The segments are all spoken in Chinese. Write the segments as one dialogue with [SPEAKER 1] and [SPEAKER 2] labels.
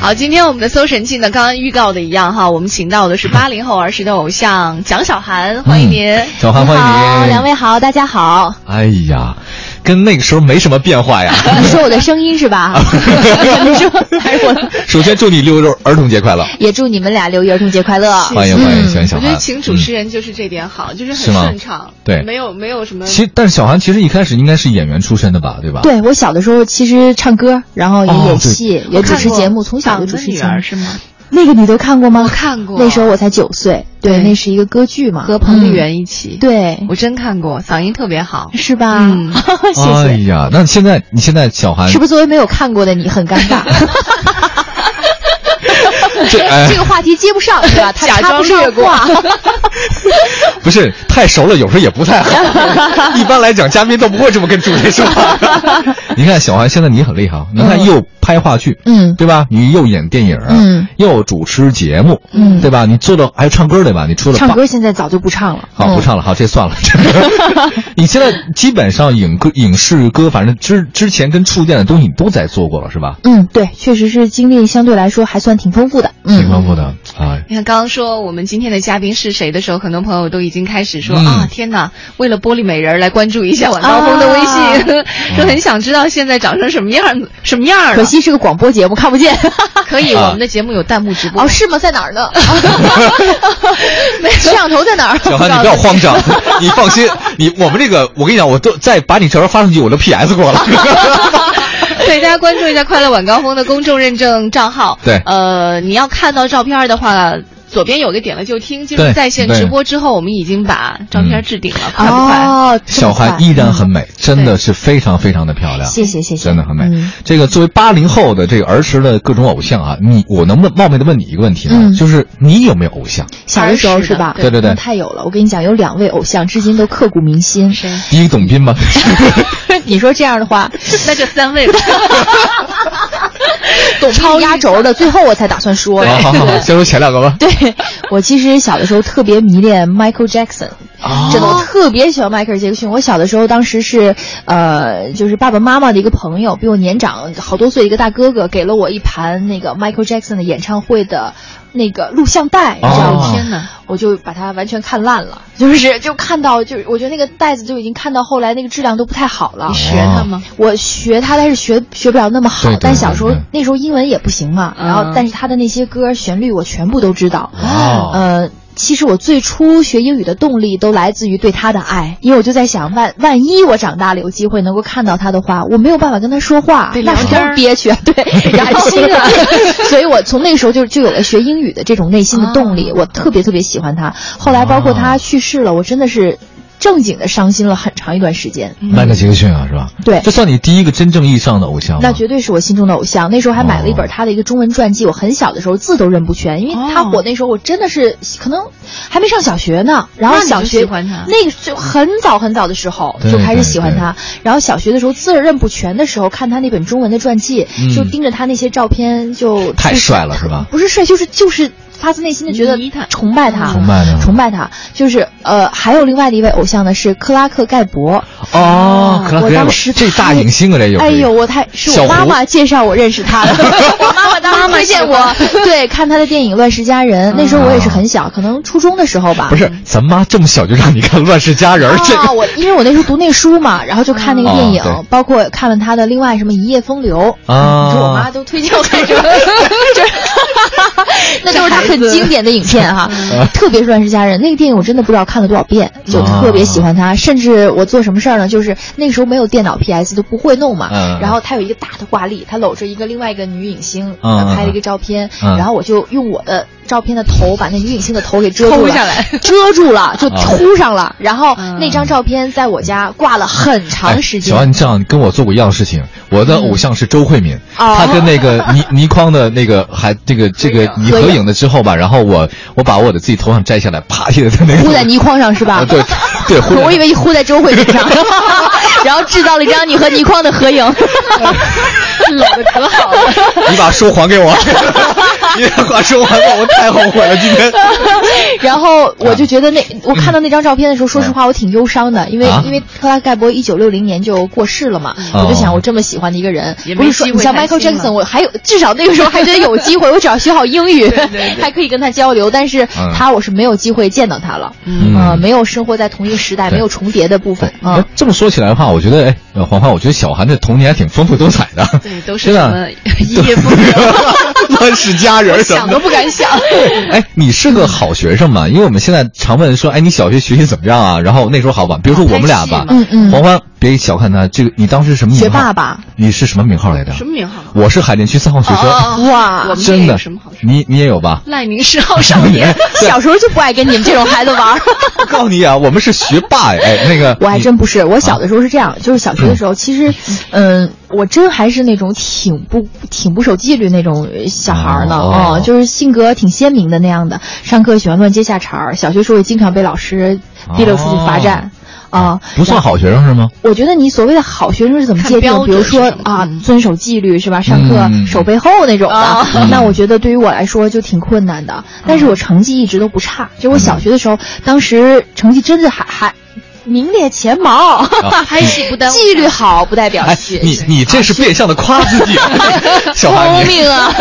[SPEAKER 1] 好，今天我们的搜神记呢，刚刚预告的一样哈，我们请到的是八零后儿时的偶像蒋小涵，欢迎您。
[SPEAKER 2] 嗯小涵欢迎您
[SPEAKER 1] 好，两位好，大家 好。
[SPEAKER 2] 哎呀，跟那个时候没什么变 化呀。
[SPEAKER 1] 你说我的声音是吧？你说，哎我
[SPEAKER 2] 首先祝你六一儿童节快乐，
[SPEAKER 3] 也祝你们俩六一儿童节快乐。嗯
[SPEAKER 2] 欢迎欢迎，欢迎小
[SPEAKER 1] 我觉
[SPEAKER 2] 涵嗯
[SPEAKER 1] 得。请主持人就是这点好，就是
[SPEAKER 2] 是
[SPEAKER 1] 很
[SPEAKER 2] 吗
[SPEAKER 1] 顺畅，
[SPEAKER 2] 对
[SPEAKER 1] 没有没有什么。
[SPEAKER 2] 其实，但是小韩其实一开始应该是演员出身的吧，对吧？
[SPEAKER 3] 对我小的时候其实唱歌，然后也
[SPEAKER 2] 哦
[SPEAKER 3] 演戏，
[SPEAKER 1] 我
[SPEAKER 3] 也主
[SPEAKER 1] 看
[SPEAKER 3] 持
[SPEAKER 1] 过
[SPEAKER 3] 节目，从小就
[SPEAKER 1] 党
[SPEAKER 3] 主
[SPEAKER 1] 的
[SPEAKER 3] 持
[SPEAKER 1] 女
[SPEAKER 3] 节目
[SPEAKER 1] 儿。是吗？
[SPEAKER 3] 那个你都看过吗？
[SPEAKER 1] 我看过
[SPEAKER 3] 那时候我才九岁。对，
[SPEAKER 1] 对
[SPEAKER 3] 那是一个歌剧嘛，
[SPEAKER 1] 和彭丽
[SPEAKER 3] 嗯。
[SPEAKER 1] 媛一起，，
[SPEAKER 3] 对，
[SPEAKER 1] 我真看过，嗓音特别 好。
[SPEAKER 3] 是吧？
[SPEAKER 1] 嗯
[SPEAKER 3] 谢
[SPEAKER 2] 哎
[SPEAKER 3] 谢。
[SPEAKER 2] 呀，那现在你现在小韩
[SPEAKER 3] 是不是作为没有看过的你很尴 尬？
[SPEAKER 2] 这哎
[SPEAKER 3] 这个话题接不上是吧？他
[SPEAKER 1] 假
[SPEAKER 3] 插
[SPEAKER 1] 装
[SPEAKER 3] 不上
[SPEAKER 1] 略过
[SPEAKER 3] 话。
[SPEAKER 2] 不是太熟了，有时候也不太 好。一般来讲，嘉宾都不会这么跟主持人说话。你看小韩现在你很厉害啊，你看又拍话剧，
[SPEAKER 3] 嗯
[SPEAKER 2] 对吧？你又演电影，啊
[SPEAKER 3] 嗯，
[SPEAKER 2] 又主持节目，
[SPEAKER 3] 嗯
[SPEAKER 2] 对吧？你做到还有唱歌对吧？你出了
[SPEAKER 3] 唱
[SPEAKER 2] 八
[SPEAKER 3] 歌现在早就不唱了。
[SPEAKER 2] 哦好，不
[SPEAKER 3] 嗯。
[SPEAKER 2] 唱了，好，这算了。 你现在基本上影歌、影视歌，反正之之前跟触电的东西你都在做过了，是吧？
[SPEAKER 3] 嗯，对，确实是经历相对来说还算挺丰富的。
[SPEAKER 2] 挺
[SPEAKER 3] 嗯，
[SPEAKER 2] 丰富的啊。
[SPEAKER 1] 你看，刚刚说我们今天的嘉宾是谁的时候，很多朋友都已经开始说、
[SPEAKER 2] 嗯
[SPEAKER 1] 啊，天哪！为了玻璃美人儿来关注一下晚高峰的微
[SPEAKER 3] 啊
[SPEAKER 1] 信，说很想知道现在长成什么样子，什么样儿了。
[SPEAKER 3] 嗯可惜是个广播节目，看不见。
[SPEAKER 1] 可以，
[SPEAKER 2] 啊
[SPEAKER 1] 我们的节目有弹幕直播。
[SPEAKER 3] 哦，是吗？在哪儿 呢？摄像头在哪儿？
[SPEAKER 2] 小韩，你不要慌张， 你放心，你我们这个，我跟你讲，我都再把你照片发上去，我都 PS 过了。
[SPEAKER 1] 对，大家关注一下快乐晚高峰的公众认证账号。
[SPEAKER 2] 对
[SPEAKER 1] 呃，你要看到照片的话。左边有个点了就听，进入
[SPEAKER 2] 对
[SPEAKER 1] 在线
[SPEAKER 2] 对嗯
[SPEAKER 1] 直播之后，我们已经把照片置顶了，快不快？
[SPEAKER 3] 哦，这
[SPEAKER 2] 小
[SPEAKER 3] 么快嗯
[SPEAKER 2] 韩依然很美，真的是非常非常的漂亮。
[SPEAKER 3] 谢谢谢谢，
[SPEAKER 2] 真的很美。
[SPEAKER 3] 嗯
[SPEAKER 2] 这个作为八零后的这个儿时的各种偶像啊，你我能不能冒昧的问你一个问题呢？
[SPEAKER 3] 嗯
[SPEAKER 2] 就是你有没有偶像？
[SPEAKER 3] 小的时候是吧？
[SPEAKER 1] 儿时的
[SPEAKER 2] 对对对
[SPEAKER 3] 嗯太有了。我跟你讲，有两位偶像，至今都刻骨铭心。
[SPEAKER 1] 谁？
[SPEAKER 2] 第一个董斌吗？
[SPEAKER 3] 你说这样的 话，
[SPEAKER 1] 那就三 位吧。
[SPEAKER 3] 董超压轴的，最后我才打算说。
[SPEAKER 2] 好好好，啊先说前两个吧。
[SPEAKER 3] 对，我其实小的时候特别迷恋 Michael Jackson，
[SPEAKER 2] 啊
[SPEAKER 3] 真的，我特别喜欢迈克尔·杰克逊。我小的时候，当时是，呃，就是爸爸妈妈的一个朋友，比我年长好多岁，一个大哥哥给了我一盘那个 Michael Jackson 的演唱会的那个录像带，你知道
[SPEAKER 2] 哦
[SPEAKER 3] 吗？
[SPEAKER 1] 天哪！
[SPEAKER 3] 我就把它完全看烂了，就是就看到，就是我觉得那个袋子就已经看到后来那个质量都不太好了
[SPEAKER 1] 你。学他吗？
[SPEAKER 3] 我学他，但是学学不了那么好。
[SPEAKER 2] 对对
[SPEAKER 3] 但小时候
[SPEAKER 2] 对对
[SPEAKER 3] 那时候英文也不行嘛，
[SPEAKER 1] 嗯
[SPEAKER 3] 然后但是他的那些歌旋律我全部都知道。
[SPEAKER 2] 哦
[SPEAKER 3] 呃，其实我最初学英语的动力都来自于对他的爱，因为我就在想，万万一我长大了有机会能够看到他的话，我没有办法跟他说话
[SPEAKER 1] 得，聊
[SPEAKER 3] 那是
[SPEAKER 1] 天儿
[SPEAKER 3] 多憋屈啊！对， 然后
[SPEAKER 1] 心啊
[SPEAKER 3] 所以我从那个时候就就有了学英语的这种内心的动
[SPEAKER 1] 哦
[SPEAKER 3] 力，我特别特别喜欢他。后来包括他去世了，我真的是正经的伤心了很长一段时间。
[SPEAKER 1] 嗯
[SPEAKER 2] 迈克尔·杰克逊啊，是吧？
[SPEAKER 3] 对
[SPEAKER 2] 这算你第一个真正意义上的偶像吗？
[SPEAKER 3] 那绝对是我心中的偶像。那时候还买了一本
[SPEAKER 2] 哦
[SPEAKER 3] 他的一个中文传记，我很小的时候字都认不全，因为他
[SPEAKER 1] 哦
[SPEAKER 3] 火那时候我真的是可能还没上小学呢。然后
[SPEAKER 1] 那你
[SPEAKER 3] 小
[SPEAKER 1] 就
[SPEAKER 3] 学
[SPEAKER 1] 喜欢他
[SPEAKER 3] 那个就很早很早的时候
[SPEAKER 2] 对
[SPEAKER 3] 就开始喜欢他。然后小学的时候字儿认不全的时候，看他那本中文的传记，
[SPEAKER 2] 嗯
[SPEAKER 3] 就盯着他那些照片就
[SPEAKER 2] 太帅了，是 吧？
[SPEAKER 3] 不是帅，就是就是发自内心的觉得
[SPEAKER 1] 迷他
[SPEAKER 3] 崇拜他，
[SPEAKER 2] 崇拜他
[SPEAKER 3] 崇拜他。就是呃，还有另外的一位偶像呢，是克拉克盖博。
[SPEAKER 2] 哦，克拉克
[SPEAKER 3] 我
[SPEAKER 2] 盖
[SPEAKER 3] 当
[SPEAKER 2] 博，
[SPEAKER 3] 时
[SPEAKER 2] 这大
[SPEAKER 3] 太
[SPEAKER 2] 影星啊，这有。
[SPEAKER 3] 哎呦，我太是
[SPEAKER 2] 小
[SPEAKER 3] 我
[SPEAKER 2] 胡
[SPEAKER 3] 妈妈介绍我认识他 的，我妈妈嗯当时推荐
[SPEAKER 1] 妈妈
[SPEAKER 3] 我， 对，看他的电影《乱世佳人》，那时候我也是很小，可能初中的时候吧。
[SPEAKER 2] 啊不是，咱妈这么小就让你看《乱世佳人》这
[SPEAKER 3] 啊，
[SPEAKER 2] 个，
[SPEAKER 3] 我因为我那时候读那书嘛，然后就看那个电影
[SPEAKER 2] 哦对，
[SPEAKER 3] 包括看了他的另外什么《一夜风流》
[SPEAKER 2] 啊
[SPEAKER 3] 你说我妈都推荐我看什么？就是， 那就是他很经典的影片哈，
[SPEAKER 2] 嗯
[SPEAKER 3] 特别是《乱世佳人》那个电影，我真的不知道看了多少遍，就特别喜欢他。
[SPEAKER 2] 啊
[SPEAKER 3] 甚至我做什么事儿呢？就是那个时候没有电脑 PS 都不会弄嘛
[SPEAKER 2] 嗯，
[SPEAKER 3] 然后他有一个大的挂历，他搂着一个另外一个女影星，
[SPEAKER 2] 嗯嗯
[SPEAKER 3] 拍了一个照片，
[SPEAKER 2] 嗯
[SPEAKER 3] 然后我就用我的。照片的头把那女影星的头给遮住
[SPEAKER 1] 抠
[SPEAKER 3] 了，
[SPEAKER 1] 下来
[SPEAKER 3] 遮住了，就
[SPEAKER 2] 啊
[SPEAKER 3] 秃上了。然后
[SPEAKER 1] 嗯
[SPEAKER 3] 那张照片在我家挂了很长时
[SPEAKER 2] 哎小安，
[SPEAKER 3] 间。嗯
[SPEAKER 2] 你这样跟我做过一样的事情。我的偶像是周慧敏，
[SPEAKER 3] 哦
[SPEAKER 2] 她跟那个倪倪匡的那个还这个这个你合影了之后吧，然后我我把我的自己头上摘下来，啪贴在那个
[SPEAKER 3] 糊在倪匡上是吧
[SPEAKER 2] 啊？对 对糊在
[SPEAKER 3] 我以为糊在周慧敏上， 然后制造了一张你和倪匡的合影。
[SPEAKER 1] 搂的可好了。
[SPEAKER 2] 你把书还给我，你这话说完了，我太后悔了，今天。
[SPEAKER 3] 然后我就觉得那我看到那张照片的时候，说实
[SPEAKER 1] 嗯
[SPEAKER 3] 话我挺忧伤的，因为
[SPEAKER 2] 啊
[SPEAKER 3] 因为克拉盖博一九六零年就过世了嘛，
[SPEAKER 2] 嗯
[SPEAKER 3] 我就想我这么喜欢的一个人
[SPEAKER 1] 哦也，没
[SPEAKER 3] 不是说
[SPEAKER 1] 机
[SPEAKER 3] 你
[SPEAKER 1] 会
[SPEAKER 3] 像
[SPEAKER 1] 谈
[SPEAKER 3] Michael
[SPEAKER 1] 心了
[SPEAKER 3] Jackson，我还有至少那个时候还觉得有机会，我只要学好英语
[SPEAKER 1] 对对对
[SPEAKER 3] 还可以跟他交流，但是
[SPEAKER 2] 嗯
[SPEAKER 3] 他我是没有机会见到他了，
[SPEAKER 1] 嗯
[SPEAKER 3] 呃，没有生活在同一个时代，
[SPEAKER 2] 对
[SPEAKER 3] 没有重叠的部分
[SPEAKER 2] 对，
[SPEAKER 3] 啊
[SPEAKER 2] 哎。这么说起来的话，我觉得，哎，呃黄欢，我觉得小韩的童年还挺丰富多彩的。
[SPEAKER 1] 对，都是
[SPEAKER 2] 真
[SPEAKER 1] 什
[SPEAKER 2] 的
[SPEAKER 1] 么夜不能
[SPEAKER 2] 乱世佳人什
[SPEAKER 1] 想
[SPEAKER 2] 么
[SPEAKER 1] 都
[SPEAKER 2] 的。
[SPEAKER 1] 不敢想。
[SPEAKER 2] 哎，你是个好学生嘛？因为我们现在常问说，哎，你小学学习怎么样啊？然后那时候好吧，比如说我们俩吧，
[SPEAKER 1] 拍
[SPEAKER 3] 戏嘛嗯嗯
[SPEAKER 2] 黄欢，别小看他，这个你当时什么名号？
[SPEAKER 3] 学霸吧？
[SPEAKER 2] 你是什么名号来着？
[SPEAKER 1] 什么名号？
[SPEAKER 2] 我是海淀区三号学生。
[SPEAKER 1] 哦哦
[SPEAKER 3] 哇
[SPEAKER 1] 我们这
[SPEAKER 2] 真
[SPEAKER 1] 也
[SPEAKER 2] 的
[SPEAKER 1] 有什么好？
[SPEAKER 2] 你你也有吧？
[SPEAKER 1] 赖明十号少年，
[SPEAKER 3] 小时候就不爱跟你们这种孩子玩儿。
[SPEAKER 2] 我告诉你啊，我们是学霸哎，哎那个
[SPEAKER 3] 我还
[SPEAKER 2] 你
[SPEAKER 3] 真不是，我小的时候是这样，就是小学的时候，其实，嗯，我真还是那种挺不挺不守纪律那种呃小孩儿呢，
[SPEAKER 2] 哦
[SPEAKER 3] 哦，就是性格挺鲜明的那样的，上课喜欢乱接下茬儿，小学时候也经常被老师提溜出去罚站，啊，
[SPEAKER 2] 不算好学生是 吗？
[SPEAKER 3] 我觉得你所谓的好学生是怎么界定
[SPEAKER 1] 看标？
[SPEAKER 3] 比
[SPEAKER 1] 准
[SPEAKER 3] 如
[SPEAKER 1] 是什么
[SPEAKER 3] 说啊
[SPEAKER 1] 嗯，
[SPEAKER 3] 遵守纪律是吧？上课
[SPEAKER 2] 嗯
[SPEAKER 3] 手背后那种
[SPEAKER 1] 哦
[SPEAKER 3] 的。那我觉得对于我来说就挺困难的，
[SPEAKER 2] 嗯
[SPEAKER 3] 但是我成绩一直都不差。就我小学的时候，当时成绩真的还还名列前茅，
[SPEAKER 1] 拍戏不耽误
[SPEAKER 3] 纪律好不代表
[SPEAKER 2] 啊哎，
[SPEAKER 3] 学
[SPEAKER 2] 你你这是变相的夸自 己， 小 韩
[SPEAKER 3] 聪
[SPEAKER 2] 你。
[SPEAKER 3] 明啊！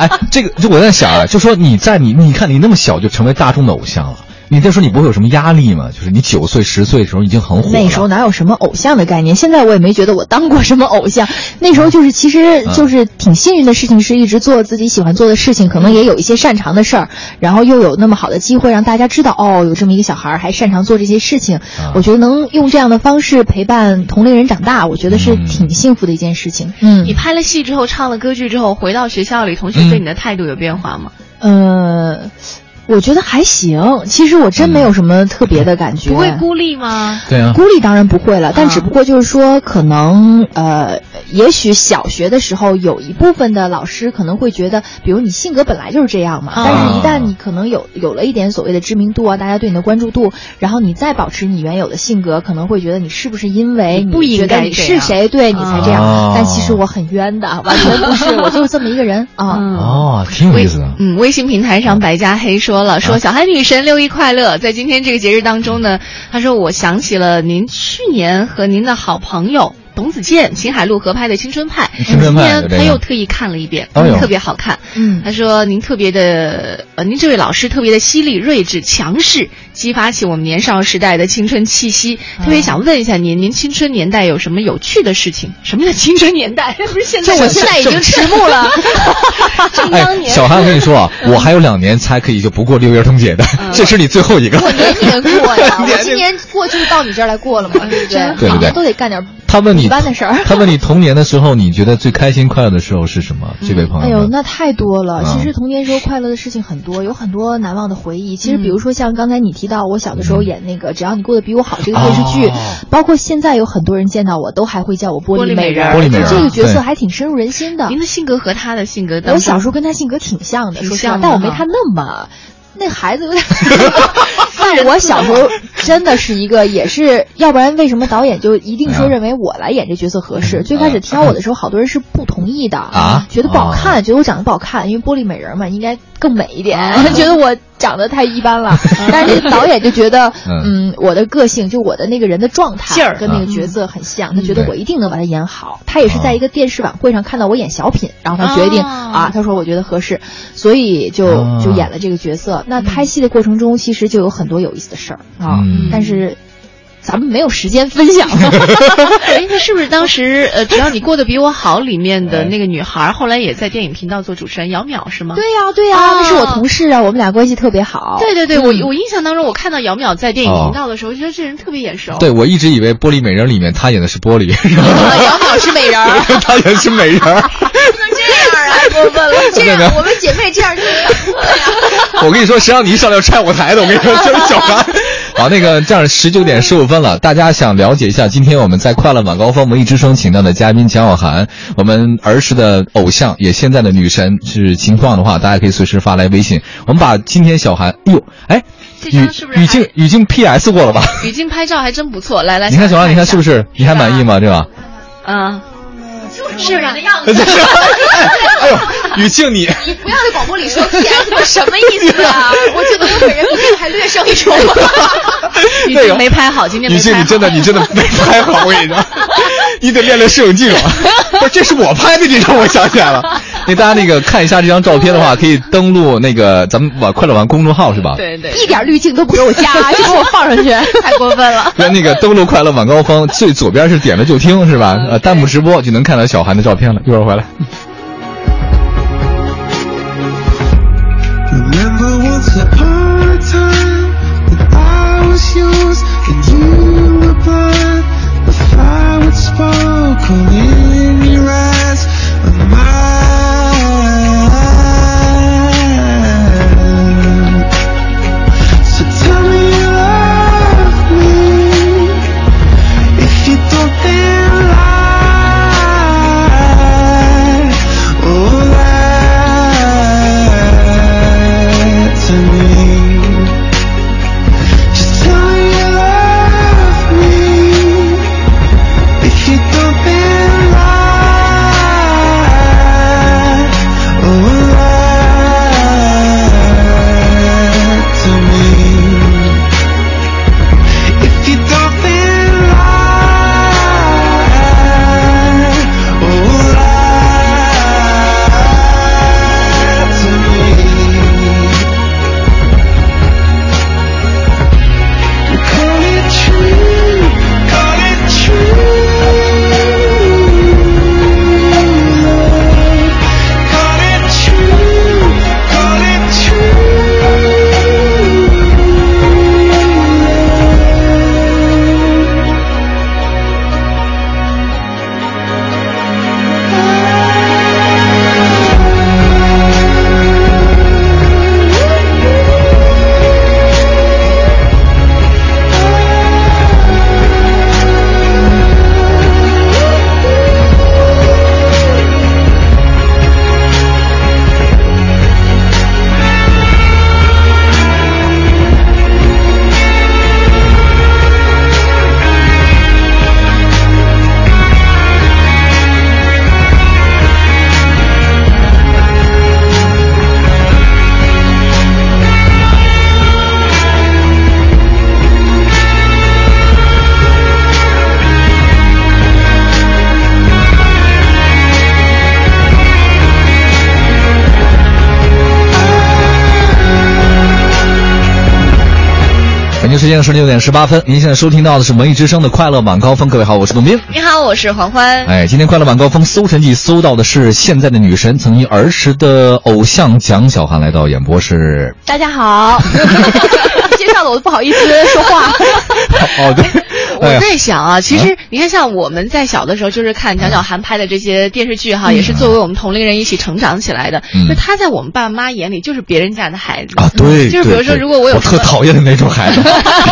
[SPEAKER 2] 哎，这个就我在想啊，就说你在你你看你那么小就成为大众的偶像了，你那时候你不会有什么压力吗？就是你九岁十岁的时候已经很火了，
[SPEAKER 3] 那时候哪有什么偶像的概念？现在我也没觉得我当过什么偶像。那时候就是，其实就是挺幸运的事情，是一直做自己喜欢做的事情，可能也有一些擅长的事儿，然后又有那么好的机会让大家知道，哦，有这么一个小孩儿还擅长做这些事情。
[SPEAKER 2] 啊
[SPEAKER 3] 我觉得能用这样的方式陪伴同龄人长大，我觉得是挺幸福的一件事情。嗯
[SPEAKER 1] 你，拍了戏之后，唱了歌剧之后，回到学校里，同学
[SPEAKER 2] 嗯
[SPEAKER 1] 对你的态度有变化吗？
[SPEAKER 3] 呃。我觉得还行，其实我真没有什么特别的感觉，
[SPEAKER 1] 不会孤立吗？
[SPEAKER 2] 对啊，
[SPEAKER 3] 孤立当然不会了，但
[SPEAKER 1] 啊
[SPEAKER 3] 只不过就是说，可能呃，也许小学的时候有一部分的老师可能会觉得，比如你性格本来就是这样嘛，
[SPEAKER 1] 啊
[SPEAKER 3] 但是一旦你可能有有了一点所谓的知名度啊，大家对你的关注度，然后你再保持你原有的性格，可能会觉得你是不是因为
[SPEAKER 1] 你
[SPEAKER 3] 你
[SPEAKER 1] 不应
[SPEAKER 3] 觉得
[SPEAKER 1] 该
[SPEAKER 3] 你
[SPEAKER 1] 这
[SPEAKER 3] 是
[SPEAKER 1] 样
[SPEAKER 3] 谁，对你才这样？
[SPEAKER 2] 啊
[SPEAKER 3] 但其实我很冤的，完全不是，我就是这么一个人啊。
[SPEAKER 1] 嗯。
[SPEAKER 2] 哦，挺有意思的。
[SPEAKER 1] 嗯，微信平台上白加黑说
[SPEAKER 2] 啊
[SPEAKER 1] 了，说小韩女神六一快乐。在今天这个节日当中呢，他说我想起了您去年和您的好朋友董子健、秦海璐合拍的《青春派》，
[SPEAKER 2] 嗯青春派有
[SPEAKER 1] 今
[SPEAKER 2] 这
[SPEAKER 1] 天他
[SPEAKER 2] 个
[SPEAKER 1] 又特意看了一遍，
[SPEAKER 2] 哎呦
[SPEAKER 1] 特别好看。
[SPEAKER 3] 嗯
[SPEAKER 1] 他说您特别的，呃，您这位老师特别的犀利、睿智、强势，激发起我们年少时代的青春气息。特别想问一下您，您青春年代有什么有趣的事情？什么叫青春年代？ 不是现在，
[SPEAKER 3] 我现在已经迟暮 了，
[SPEAKER 1] 正
[SPEAKER 2] 哎
[SPEAKER 1] 当，年。
[SPEAKER 2] 小韩，我跟你说啊，我还有两年才可以就不过六一儿童节的，这是你最后一个。
[SPEAKER 3] 我年年嗯过呀，
[SPEAKER 2] 年
[SPEAKER 3] 我今年过就是到你这儿来过了嘛，对不对？
[SPEAKER 2] 对对对
[SPEAKER 3] 都得干点
[SPEAKER 2] 他问你
[SPEAKER 3] 一般的事儿。
[SPEAKER 2] 他问你童年的时候，你觉得最开心快乐的时候是什么？这位朋友，
[SPEAKER 3] 哎呦，那太多了。
[SPEAKER 2] 嗯
[SPEAKER 3] 其实童年时候快乐的事情很多，有很多难忘的回忆。其实，比如说像刚才你提到，我小的时候演那个《只要你过得比我好》这个电视剧
[SPEAKER 2] 哦，
[SPEAKER 3] 包括现在有很多人见到我都还会叫我玻
[SPEAKER 1] 玻璃
[SPEAKER 3] 美
[SPEAKER 1] 美人
[SPEAKER 2] 玻璃美人
[SPEAKER 3] 这个角
[SPEAKER 2] 对
[SPEAKER 3] 色还挺深入人心的
[SPEAKER 1] 您。的性格和他的性格当中，
[SPEAKER 3] 啊我小时候跟他性格挺像的，
[SPEAKER 1] 挺
[SPEAKER 3] 说实话
[SPEAKER 1] 像，的
[SPEAKER 3] 但我没
[SPEAKER 1] 哈
[SPEAKER 3] 他那么。那孩子有点， 但我小时候真的是一个，也是，要不然为什么导演就一定说
[SPEAKER 2] 嗯
[SPEAKER 3] 认为我来演这角色合适？最开始挑我的时候，好多人是不同意的
[SPEAKER 2] 啊
[SPEAKER 3] 觉得不好看，觉得我长得不好看，因为玻璃美人嘛，应该更美一点，
[SPEAKER 2] 啊
[SPEAKER 3] 觉得我长得太一般了。但是导演就觉得，
[SPEAKER 2] 嗯
[SPEAKER 3] 嗯，我的个性就我的那个人的状态
[SPEAKER 1] 劲儿嗯
[SPEAKER 3] 跟那个角色很像，他觉得
[SPEAKER 2] 对
[SPEAKER 3] 我一定能把它演好。他
[SPEAKER 2] 啊
[SPEAKER 3] 也是在一个电视晚会上看到我演小品，然后他
[SPEAKER 1] 哦
[SPEAKER 3] 决定啊，他说我觉得合适，所以就
[SPEAKER 2] 啊
[SPEAKER 3] 就演了这个角色。那拍戏的过程中，其实就有很多有意思的事儿啊
[SPEAKER 2] 嗯，
[SPEAKER 3] 但是咱们没有时间分 享。
[SPEAKER 1] 哎，那是不是当时呃，只要你过得比我好里面的那个女孩，后来也在电影频道做主持人姚淼是吗？
[SPEAKER 3] 对呀对呀，
[SPEAKER 1] 啊
[SPEAKER 3] 那是我同事啊，我们俩关系特别好。
[SPEAKER 1] 对对对，我我印象当中，我看到姚淼在电影频道的时候，觉得这人特别眼熟。
[SPEAKER 2] 对我一直以为《玻璃美人》里面他演的是玻璃，
[SPEAKER 3] 杨老师美人儿。
[SPEAKER 2] 他演的是美人儿。
[SPEAKER 3] 这样啊，太过分了！这
[SPEAKER 2] 没有
[SPEAKER 3] 样，我们姐妹这样就
[SPEAKER 2] 我跟你说，谁让你一上来就拆我台的？我跟你说，就是小 韩。好，那个这样十九点十五分了，大家想了解一下，今天我们在快乐晚高峰文艺之声请到的嘉宾蒋小涵，我们儿时的偶像，也现在的女神是情况的话，大家可以随时发来微信。我们把今天小韩，哎呦，哎，
[SPEAKER 1] 这
[SPEAKER 2] 语
[SPEAKER 1] 张是不是
[SPEAKER 2] 语
[SPEAKER 1] 还
[SPEAKER 2] 境语境 PS 过了吧？
[SPEAKER 1] 语境拍照还真不错，来来，
[SPEAKER 2] 你看小韩，你看是不
[SPEAKER 1] 是？
[SPEAKER 2] 是？你还满意吗？对吧？
[SPEAKER 1] 嗯，
[SPEAKER 3] 是吧？
[SPEAKER 2] 哎哎呦，雨庆你
[SPEAKER 3] 你不要在广播里说 PS，我什么意思啊？我觉得我本人比这个还略胜一筹。
[SPEAKER 1] 雨
[SPEAKER 2] 那个
[SPEAKER 1] 静没拍好，今天没
[SPEAKER 2] 雨
[SPEAKER 1] 拍
[SPEAKER 2] 庆
[SPEAKER 1] 好。
[SPEAKER 2] 你真的你真的没拍好，我跟 你说，你得练练摄影技术。不是，这是我拍的这张，我想起来了。 那大家那个看一下这张照片的话，可以登录那个咱们玩快乐玩公众号是吧？。
[SPEAKER 1] 对对，
[SPEAKER 3] 一点滤镜都不给我加，就给我放上去， 太过分了。
[SPEAKER 2] 跟那个登录快乐晚高峰最左边是点了就听是吧？呃，弹幕直播就能看到小韩的照片了。一会儿回来。
[SPEAKER 4] Remember once upon a time that I was yours and you were blind. The fire would sparkle in your eyes and mine. So tell me you love me. If you don't, then lie. Oh, lie to me. Just tell me you love me. If you don't, then lie. Oh, lie to me. If you don't then lie, oh lie to me. Call it true, call it true. Call it true, call it
[SPEAKER 2] 北京时间是六点十八分，您现在收听到的是文艺之声的快乐晚高峰。各位好，我是董斌。
[SPEAKER 1] 你好，我是黄欢。
[SPEAKER 2] 哎，今天快乐晚高峰搜神记搜到的是现在的女神，曾经儿时的偶像蒋小涵来到演播室。
[SPEAKER 3] 大家好， 介绍的我都不好意思说话。
[SPEAKER 2] 哦，对，哎
[SPEAKER 1] 我
[SPEAKER 2] 呀，嗯
[SPEAKER 1] 在想啊，其实你看，像我们在小的时候，就是看蒋小涵拍的这些电视剧哈，也是作为我们同龄人一起成长起来的
[SPEAKER 2] 嗯。
[SPEAKER 1] 就她在我们爸妈眼里就是别人家的孩子嗯
[SPEAKER 2] 啊，对，
[SPEAKER 1] 就是比
[SPEAKER 2] 对
[SPEAKER 1] 如说，
[SPEAKER 2] 对
[SPEAKER 1] 如果我有
[SPEAKER 2] 我
[SPEAKER 1] 什
[SPEAKER 2] 特
[SPEAKER 1] 么
[SPEAKER 2] 讨厌的那种 孩子，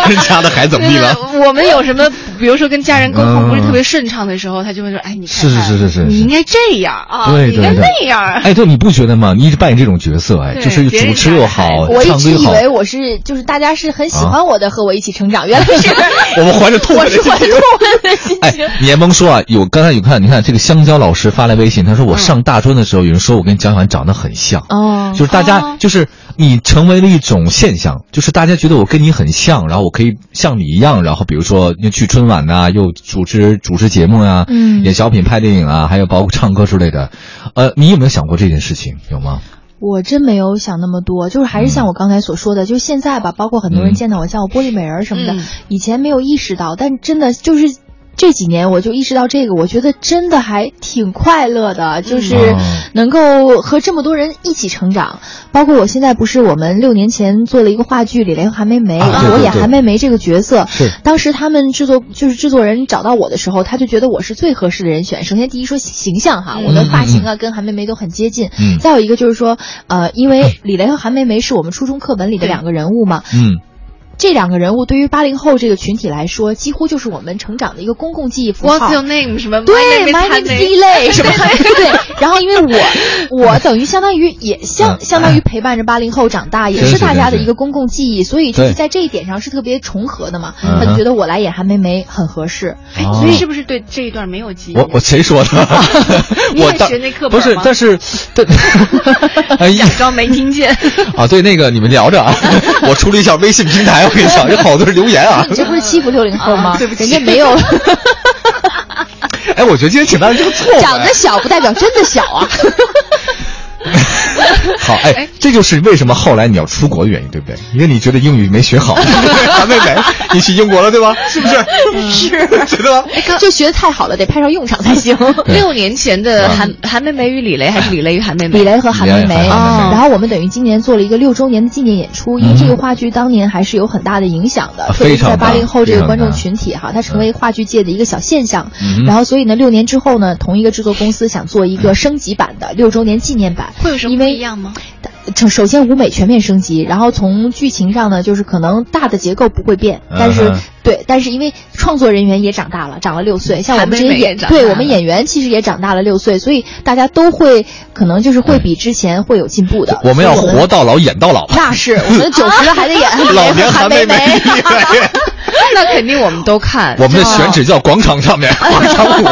[SPEAKER 2] 别人家的孩子怎么地了？
[SPEAKER 1] 对对我们有什么，比如说跟家人沟
[SPEAKER 2] 嗯
[SPEAKER 1] 通不是特别顺畅的时候，他就会说：“哎，你看
[SPEAKER 2] 是 是
[SPEAKER 1] 看
[SPEAKER 2] 是是是，
[SPEAKER 1] 你
[SPEAKER 2] 是
[SPEAKER 1] 应该这样啊，
[SPEAKER 2] 对
[SPEAKER 1] 你应该
[SPEAKER 2] 对对
[SPEAKER 1] 那样。”
[SPEAKER 2] 哎，对，你不觉得吗？你一直扮演这种角色，哎，
[SPEAKER 1] 对
[SPEAKER 2] 就是
[SPEAKER 1] 别
[SPEAKER 2] 主
[SPEAKER 1] 人
[SPEAKER 2] 持
[SPEAKER 1] 家
[SPEAKER 2] 又
[SPEAKER 1] 的孩
[SPEAKER 2] 好，
[SPEAKER 1] 子
[SPEAKER 3] 我一
[SPEAKER 2] 唱歌
[SPEAKER 3] 直
[SPEAKER 2] 又
[SPEAKER 3] 以
[SPEAKER 2] 好。啊
[SPEAKER 3] 为我是，就是大家是很喜欢我的，和我一起成长。原来是
[SPEAKER 2] 我们怀着痛
[SPEAKER 3] 我
[SPEAKER 2] 恨的
[SPEAKER 3] 是
[SPEAKER 2] 心
[SPEAKER 3] 怀着
[SPEAKER 2] 情。
[SPEAKER 3] 痛恨的心
[SPEAKER 2] 哎
[SPEAKER 3] 情。，
[SPEAKER 2] 你还甭说啊，有刚才有看，你看这个香蕉老师发来微信，
[SPEAKER 1] 嗯
[SPEAKER 2] 他说我上大专的时候，有人说我跟蒋小涵长得很像，
[SPEAKER 3] 哦
[SPEAKER 2] 就是大家
[SPEAKER 1] 哦
[SPEAKER 2] 就是你成为了一种现象，就是大家觉得我跟你很像，然后我可以像你一样，然后比如说去春晚呐、又主持主持节目啊，
[SPEAKER 3] 嗯
[SPEAKER 2] 演小品、拍电影啊，还有包括唱歌之类的，呃，你有没有想过这件事情？有吗？
[SPEAKER 3] 我真没有想那么多，就是还是像我刚才所说的，就是现在吧，包括很多
[SPEAKER 2] 嗯
[SPEAKER 3] 人见到我像我玻璃美人儿什么的，
[SPEAKER 1] 嗯
[SPEAKER 3] 以前没有意识到，但真的就是。这几年我就意识到这个，我觉得真的还挺快乐的，就是
[SPEAKER 2] 哦
[SPEAKER 3] 能够和这么多人一起成长。包括我现在不是我们六年前做了一个话剧《李连韩梅梅》，
[SPEAKER 2] 啊
[SPEAKER 3] 然
[SPEAKER 2] 对
[SPEAKER 3] 后我
[SPEAKER 2] 对
[SPEAKER 3] 演
[SPEAKER 2] 对
[SPEAKER 3] 韩梅梅这个角色，
[SPEAKER 2] 是
[SPEAKER 3] 当时他们制作就是制作人找到我的时候，他就觉得我是最合适的人选。首先第一说形象哈，
[SPEAKER 1] 嗯
[SPEAKER 3] 我的发型啊跟韩梅梅都很接近。
[SPEAKER 2] 嗯
[SPEAKER 3] 再有 一个就是说，呃，因为李雷和韩梅梅是我们初中课本里的两个人物嘛，
[SPEAKER 2] 嗯，
[SPEAKER 3] 这两个人物对于八零后这个群体来说，几乎就是我们成长的一个公共记忆符号。
[SPEAKER 1] What's your name？什么
[SPEAKER 3] 对
[SPEAKER 1] My
[SPEAKER 3] ，My
[SPEAKER 1] name
[SPEAKER 3] name
[SPEAKER 1] is
[SPEAKER 3] is
[SPEAKER 1] Hanley
[SPEAKER 3] Delay 什么？ 对，然后因为我我等于相当于也
[SPEAKER 2] 啊
[SPEAKER 3] 相相当于陪伴着八零后长大，也
[SPEAKER 2] 真
[SPEAKER 3] 是
[SPEAKER 2] 是
[SPEAKER 3] 大家
[SPEAKER 2] 真
[SPEAKER 3] 的
[SPEAKER 2] 是
[SPEAKER 3] 一个公共记忆，所以就
[SPEAKER 2] 对
[SPEAKER 3] 是在这一点上是特别重合的嘛。
[SPEAKER 2] 嗯
[SPEAKER 3] 他就觉得我来演韩梅梅很合适，
[SPEAKER 1] 哎，
[SPEAKER 2] 哦
[SPEAKER 1] 你是不是对这一段没有记忆？
[SPEAKER 2] 我我谁说的？
[SPEAKER 1] 你也
[SPEAKER 2] 我当
[SPEAKER 1] 学那课本
[SPEAKER 2] 不是
[SPEAKER 1] 吗，
[SPEAKER 2] 但是 但哎呀
[SPEAKER 1] 假装没听见。
[SPEAKER 2] 啊， 对那个你们聊着啊， 我出了一下微信平台，我跟你讲，有好多人留言啊
[SPEAKER 3] 你。这不是欺负六零后吗
[SPEAKER 1] 啊？对不起
[SPEAKER 3] 人家 没有
[SPEAKER 2] 哎，我觉得今天请到人这个错误、哎。
[SPEAKER 3] 长得小不代表真的小啊。
[SPEAKER 2] 好，哎
[SPEAKER 1] 哎，
[SPEAKER 2] 这就是为什么后来你要出国的原因，对不对？因为你觉得英语没学 好，韩妹妹，你去英国了，对吧？是不是？
[SPEAKER 3] 是，
[SPEAKER 2] 真的吗？
[SPEAKER 3] 就学的太好了，得派上用场才行。
[SPEAKER 2] 对
[SPEAKER 1] 六年前的
[SPEAKER 2] 嗯
[SPEAKER 1] 韩韩梅梅与李雷，还是李雷与韩梅梅？
[SPEAKER 3] 李雷和韩梅哦
[SPEAKER 2] 李雷
[SPEAKER 3] 梅，
[SPEAKER 2] 和
[SPEAKER 1] 韩梅梅
[SPEAKER 3] 然后我们等于今年做了一个六周年的纪念演出，因为这个话剧当年还是有很大的影响的
[SPEAKER 2] 嗯啊，
[SPEAKER 3] 特别是
[SPEAKER 2] 非
[SPEAKER 3] 在
[SPEAKER 2] 常大
[SPEAKER 3] 八零后这
[SPEAKER 2] 非
[SPEAKER 3] 个
[SPEAKER 2] 常
[SPEAKER 3] 观众
[SPEAKER 2] 大
[SPEAKER 3] 群体哈，它成为话剧界的一个小现象
[SPEAKER 2] 嗯。
[SPEAKER 3] 然后所以呢，六年之后呢，同一个制作公司想做一个升级版的六周年纪念版，
[SPEAKER 1] 会有什么
[SPEAKER 3] 因
[SPEAKER 1] 不
[SPEAKER 3] 为
[SPEAKER 1] 一样吗？
[SPEAKER 3] 首首先舞美全面升级，然后从剧情上呢，就是可能大的结构不会变，但是、
[SPEAKER 2] 嗯哼
[SPEAKER 3] 对，但是因为创作人员也长大了，长了六岁，像我们这
[SPEAKER 1] 韩
[SPEAKER 3] 些
[SPEAKER 1] 梅梅也
[SPEAKER 3] 演
[SPEAKER 1] 长大
[SPEAKER 3] 对
[SPEAKER 1] 了
[SPEAKER 3] 我们演员其实也长大了六岁，所以大家都会可能就是会比之前会有进步的。
[SPEAKER 2] 我们要
[SPEAKER 3] 所以
[SPEAKER 2] 活到老，演到老。
[SPEAKER 3] 那是我们九十了 还得演
[SPEAKER 2] 老年韩
[SPEAKER 3] 梅
[SPEAKER 2] 梅梅，
[SPEAKER 1] 那肯定我们都看。
[SPEAKER 2] 我们的选址叫广场上面，广场舞。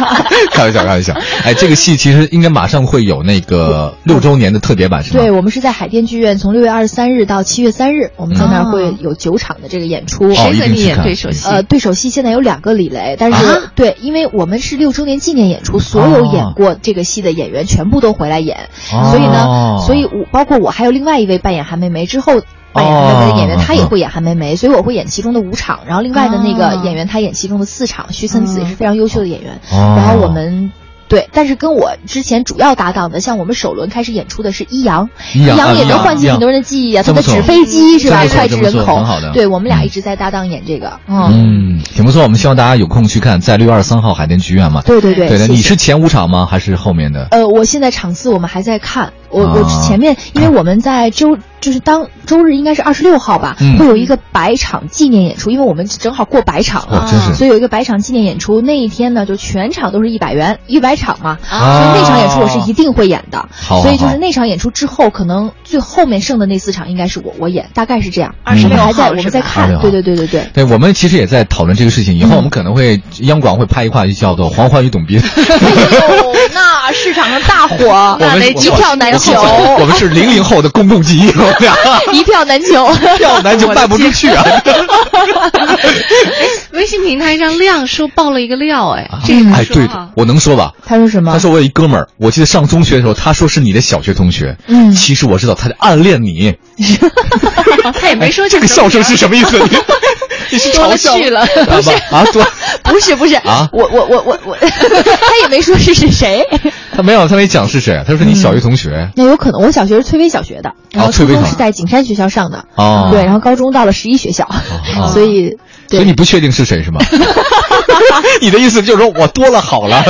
[SPEAKER 2] 开玩笑，开玩笑。哎，这个戏其实应该马上会有那个六周年的特别版，是吗
[SPEAKER 3] 对，？我们是在海淀剧院，从六月二十三日到七月三日，我们在那
[SPEAKER 1] 哦
[SPEAKER 3] 儿会有九场的这个演出。
[SPEAKER 2] 哦
[SPEAKER 1] 谁和
[SPEAKER 2] 一定
[SPEAKER 1] 你
[SPEAKER 2] 去
[SPEAKER 1] 演
[SPEAKER 2] 看
[SPEAKER 1] 对手戏？
[SPEAKER 3] 呃，对手戏现在有两个李雷，但是、
[SPEAKER 2] 啊
[SPEAKER 3] 对，因为我们是六周年纪念演出，所有演过这个戏的演员全部都回来演，
[SPEAKER 2] 哦
[SPEAKER 3] 所以呢，所以我包括我还有另外一位扮演韩梅梅之后。扮演韩梅梅的演员，
[SPEAKER 2] 哦
[SPEAKER 3] 他也会演韩梅梅，所以我会演其中的五场，然后另外的那
[SPEAKER 1] 哦
[SPEAKER 3] 个演员他演其中的四场，徐岑子也是非常优秀的演员。
[SPEAKER 2] 哦
[SPEAKER 3] 然后我们对，但是跟我之前主要搭档的，像我们首轮开始演出的是一阳，
[SPEAKER 2] 一阳
[SPEAKER 3] 阳也
[SPEAKER 2] 啊
[SPEAKER 3] 能唤起
[SPEAKER 2] 一阳
[SPEAKER 3] 很多人的记忆啊，
[SPEAKER 2] 真
[SPEAKER 3] 他
[SPEAKER 2] 不
[SPEAKER 3] 的
[SPEAKER 2] 错
[SPEAKER 3] 纸飞机是吧
[SPEAKER 2] 真不？错
[SPEAKER 3] 脍炙
[SPEAKER 2] 真不错
[SPEAKER 3] 人口，
[SPEAKER 2] 很好的
[SPEAKER 3] 对我们俩一直在搭档演这个，嗯
[SPEAKER 2] 嗯，挺不错。我们希望大家有空去看，在六月二十三号海淀剧院嘛。
[SPEAKER 3] 对对对，
[SPEAKER 2] 的，
[SPEAKER 3] 谢谢
[SPEAKER 2] 你是前五场吗？还是后面的？
[SPEAKER 3] 呃，我现在场次我们还在看，我、
[SPEAKER 2] 啊
[SPEAKER 3] 我前面因为我们在周就是当周日应该是二十六号吧，
[SPEAKER 2] 嗯
[SPEAKER 3] 会有一个百场纪念演出，因为我们正好过百场
[SPEAKER 2] 哦
[SPEAKER 3] 了，，
[SPEAKER 2] 真是。
[SPEAKER 3] 所以有一个百场纪念演出，那一天呢就全场都是一百元，一百场嘛。所以
[SPEAKER 2] 啊
[SPEAKER 3] 那场演出我是一定会演的，
[SPEAKER 2] 好好
[SPEAKER 3] 所以就是那场演出之后，可能最后面剩的那四场应该是我我演，大概是这样。
[SPEAKER 1] 26
[SPEAKER 3] 我们还在
[SPEAKER 1] 号
[SPEAKER 3] 我
[SPEAKER 1] 是
[SPEAKER 3] 们
[SPEAKER 1] 吧
[SPEAKER 3] 在看
[SPEAKER 2] 26，号
[SPEAKER 3] 对对对对 对。
[SPEAKER 2] 对，我们其实也在讨论这个事情。以
[SPEAKER 3] 嗯
[SPEAKER 2] 后我们可能会，央广会拍一块叫做《黄欢与董斌》
[SPEAKER 3] 呦，哦那市场上大火
[SPEAKER 2] 我们
[SPEAKER 1] 那得
[SPEAKER 2] 我
[SPEAKER 1] 一
[SPEAKER 3] 票难
[SPEAKER 2] 我
[SPEAKER 3] 求
[SPEAKER 2] 我们是零零后的公共记忆，我们 俩
[SPEAKER 3] 一票难求。
[SPEAKER 2] 票难就卖不出去啊！
[SPEAKER 1] 微信平台上亮说爆了一个料，哎，这 个能
[SPEAKER 2] 哎，
[SPEAKER 1] 说啊
[SPEAKER 2] 对
[SPEAKER 1] 哈，，
[SPEAKER 2] 我能说吧？
[SPEAKER 3] 他说什么？
[SPEAKER 2] 他说我有一哥们儿，我记得上中学的时候，他说是你的小学同学，
[SPEAKER 3] 嗯
[SPEAKER 2] 其实我知道他在暗恋你。哎
[SPEAKER 1] 他也没说
[SPEAKER 2] 这个笑声是什么意思？ 你你是
[SPEAKER 1] 多
[SPEAKER 2] 嘲
[SPEAKER 1] 了
[SPEAKER 2] 笑
[SPEAKER 1] 去了
[SPEAKER 2] 啊不啊？多
[SPEAKER 3] 不是不是
[SPEAKER 2] 啊
[SPEAKER 3] 我我我我 我，他也没说是是谁。
[SPEAKER 2] 他没有，他没讲是谁，啊他说你小学同学。
[SPEAKER 3] 那有可能，我小学是翠微小学的，然后
[SPEAKER 2] 哦翠
[SPEAKER 3] 初
[SPEAKER 2] 微
[SPEAKER 3] 中
[SPEAKER 2] 小
[SPEAKER 3] 是在景山学校上的，
[SPEAKER 2] 哦
[SPEAKER 3] 对，然后高中到了十一学校，
[SPEAKER 2] 哦
[SPEAKER 3] 所
[SPEAKER 2] 所
[SPEAKER 3] 以
[SPEAKER 2] 以
[SPEAKER 3] 对
[SPEAKER 2] 你不确定是 谁是吗？你的意思就是说我多了好 了，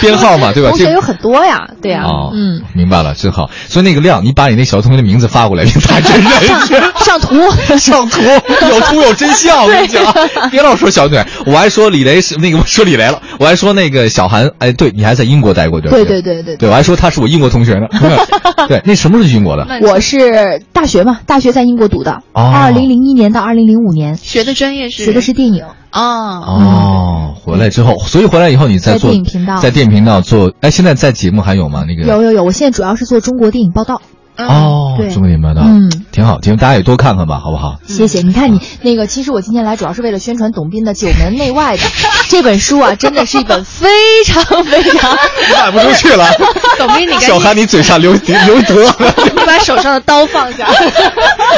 [SPEAKER 2] 编号嘛，对吧？
[SPEAKER 3] 同
[SPEAKER 2] 这
[SPEAKER 3] 学
[SPEAKER 2] 个
[SPEAKER 3] 有很多呀，对呀，
[SPEAKER 2] 哦，
[SPEAKER 3] 嗯，，
[SPEAKER 2] 明白了，真好。所以那个亮，你把你那小同学的名字发过来， 你把真认识。
[SPEAKER 3] 上图
[SPEAKER 2] 上图有图有真相，我跟你讲啊，别老说小女孩，我还说李雷是那个，我说李雷了，我还说那个小韩，哎，对你还在英国待过，对不
[SPEAKER 3] 对
[SPEAKER 2] 对
[SPEAKER 3] 对对对
[SPEAKER 2] 对，我还说他是我英国同学呢。哎对，那什么时候去英国的？
[SPEAKER 3] 我是大学嘛，大学在英国读的，
[SPEAKER 2] 哦
[SPEAKER 3] 二零零一年到二零零五年
[SPEAKER 1] 学的专业是
[SPEAKER 3] 学的是电影，
[SPEAKER 1] 啊，
[SPEAKER 2] 哦，回来之后，所以回来以后你再
[SPEAKER 3] 在
[SPEAKER 2] 做
[SPEAKER 3] 电影频道
[SPEAKER 2] 在电影频道做，哎，现在在节目还有吗？那个
[SPEAKER 3] 有有有，我现在主要是做中国电影报道，
[SPEAKER 1] 嗯啊
[SPEAKER 2] 哦，
[SPEAKER 3] 对
[SPEAKER 2] 中国电影频道，
[SPEAKER 3] 嗯
[SPEAKER 2] 挺好，挺大家也多看看吧，好不好？
[SPEAKER 3] 谢谢，你看你那个，其实我今天来主要是为了宣传董斌的《九门内外》的这本书啊，真的是一本非常非常
[SPEAKER 2] 你卖不出去了，
[SPEAKER 1] 董斌，你赶紧
[SPEAKER 2] 小韩，你嘴上留留德了，
[SPEAKER 1] 你把手上的刀放 下。
[SPEAKER 2] 哎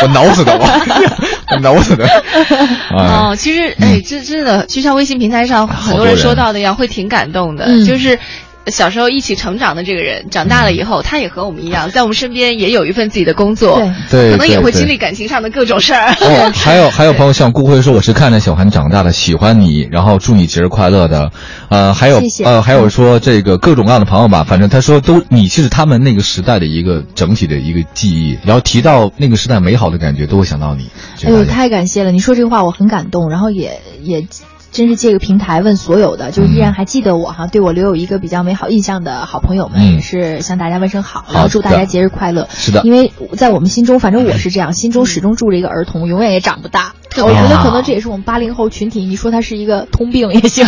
[SPEAKER 2] 我挠死他，我我挠 死他。
[SPEAKER 1] 哦
[SPEAKER 2] 啊，，
[SPEAKER 1] 其实哎，这真的就像微信平台上很
[SPEAKER 2] 好多
[SPEAKER 1] 多人
[SPEAKER 2] 人
[SPEAKER 1] 说到的一样，会挺感动的，
[SPEAKER 3] 嗯
[SPEAKER 1] 就是。小时候一起成长的这个人，长大了以
[SPEAKER 2] 嗯
[SPEAKER 1] 后，他也和我们一样，在我们身边也有一份自己的工作，
[SPEAKER 3] 对
[SPEAKER 2] 对
[SPEAKER 1] 可能也
[SPEAKER 2] 对
[SPEAKER 1] 会
[SPEAKER 2] 对
[SPEAKER 1] 经历感情上的各种事儿。
[SPEAKER 2] 哦，还有还有朋友像顾辉说，我是看着小韩长大的，喜欢你，然后祝你节日快乐的。呃，还有
[SPEAKER 3] 谢嗯谢
[SPEAKER 2] 呃，还有说这个各种各样的朋友吧，反正他说都你是他们那个时代的一个整体的一个记忆，然后提到那个时代美好的感觉，都会想到你。觉
[SPEAKER 3] 哎
[SPEAKER 2] 得
[SPEAKER 3] 呦，
[SPEAKER 2] 大家
[SPEAKER 3] 太感谢了！你说这个话我很感动，然后也也真是借个平台问所有的，就依然还记得我哈，对我留有一个比较美好印象的好朋友们，
[SPEAKER 2] 嗯
[SPEAKER 3] 也是向大家问声好，
[SPEAKER 2] 好
[SPEAKER 3] 然后祝大
[SPEAKER 2] 的
[SPEAKER 3] 家节日快乐。
[SPEAKER 2] 是的
[SPEAKER 3] 因为在我们心中，反正我是这样，心中始终住着一个儿童，永远也长不大。
[SPEAKER 1] 特
[SPEAKER 3] 我
[SPEAKER 1] 别
[SPEAKER 3] 觉得
[SPEAKER 2] 好
[SPEAKER 3] 可能这也是我们八零后群体，你说他是一个通病也行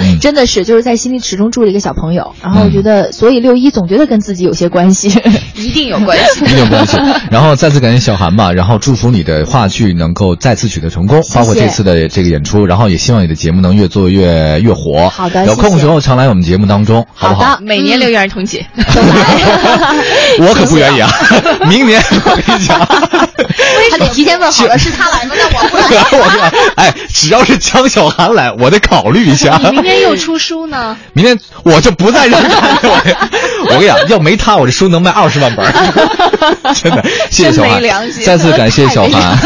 [SPEAKER 2] 嗯，
[SPEAKER 3] 真的是就是在心里始终住着一个小朋友。然后我
[SPEAKER 2] 嗯
[SPEAKER 3] 觉得，所以六一总觉得跟自己有些关 系。
[SPEAKER 1] 一定有关系。
[SPEAKER 2] 一定有关 系。然后再次感谢小韩吧，然后祝福你的话剧能够再次取得成功，包括这次的这个演出，然后也希望你的节目能越做越越火。
[SPEAKER 3] 好的
[SPEAKER 2] 有空
[SPEAKER 3] 谢谢
[SPEAKER 2] 时候常来我们节目当中，好不好？
[SPEAKER 3] 好的
[SPEAKER 1] 每年六一儿童节，
[SPEAKER 2] 我可不愿意啊， 明年我跟你讲，
[SPEAKER 3] 还得提前问好了，是他来吗？那我不来。
[SPEAKER 2] 我跟你讲哎，只要是江小韩来，我得考虑一下。
[SPEAKER 1] 你明天又出书呢？
[SPEAKER 2] 明天我就不在这儿看了。我我跟你讲，要没他，我这书能卖二十万本儿， 真的。谢谢小
[SPEAKER 1] 真没
[SPEAKER 2] 韩
[SPEAKER 1] 良，心
[SPEAKER 2] 再次感谢小韩。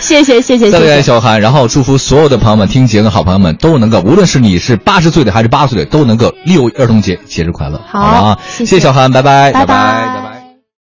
[SPEAKER 3] 谢谢谢谢
[SPEAKER 2] 再次感谢
[SPEAKER 3] 谢谢。
[SPEAKER 2] 小韩，然后祝福所有的朋友们、听节目的好朋友们都能够，无论是你是八十岁的还是八岁的，都能够六一儿童节节日快乐，
[SPEAKER 3] 好
[SPEAKER 2] 吧？
[SPEAKER 3] 谢谢
[SPEAKER 2] 谢小韩，拜拜，
[SPEAKER 3] 拜拜
[SPEAKER 2] 拜拜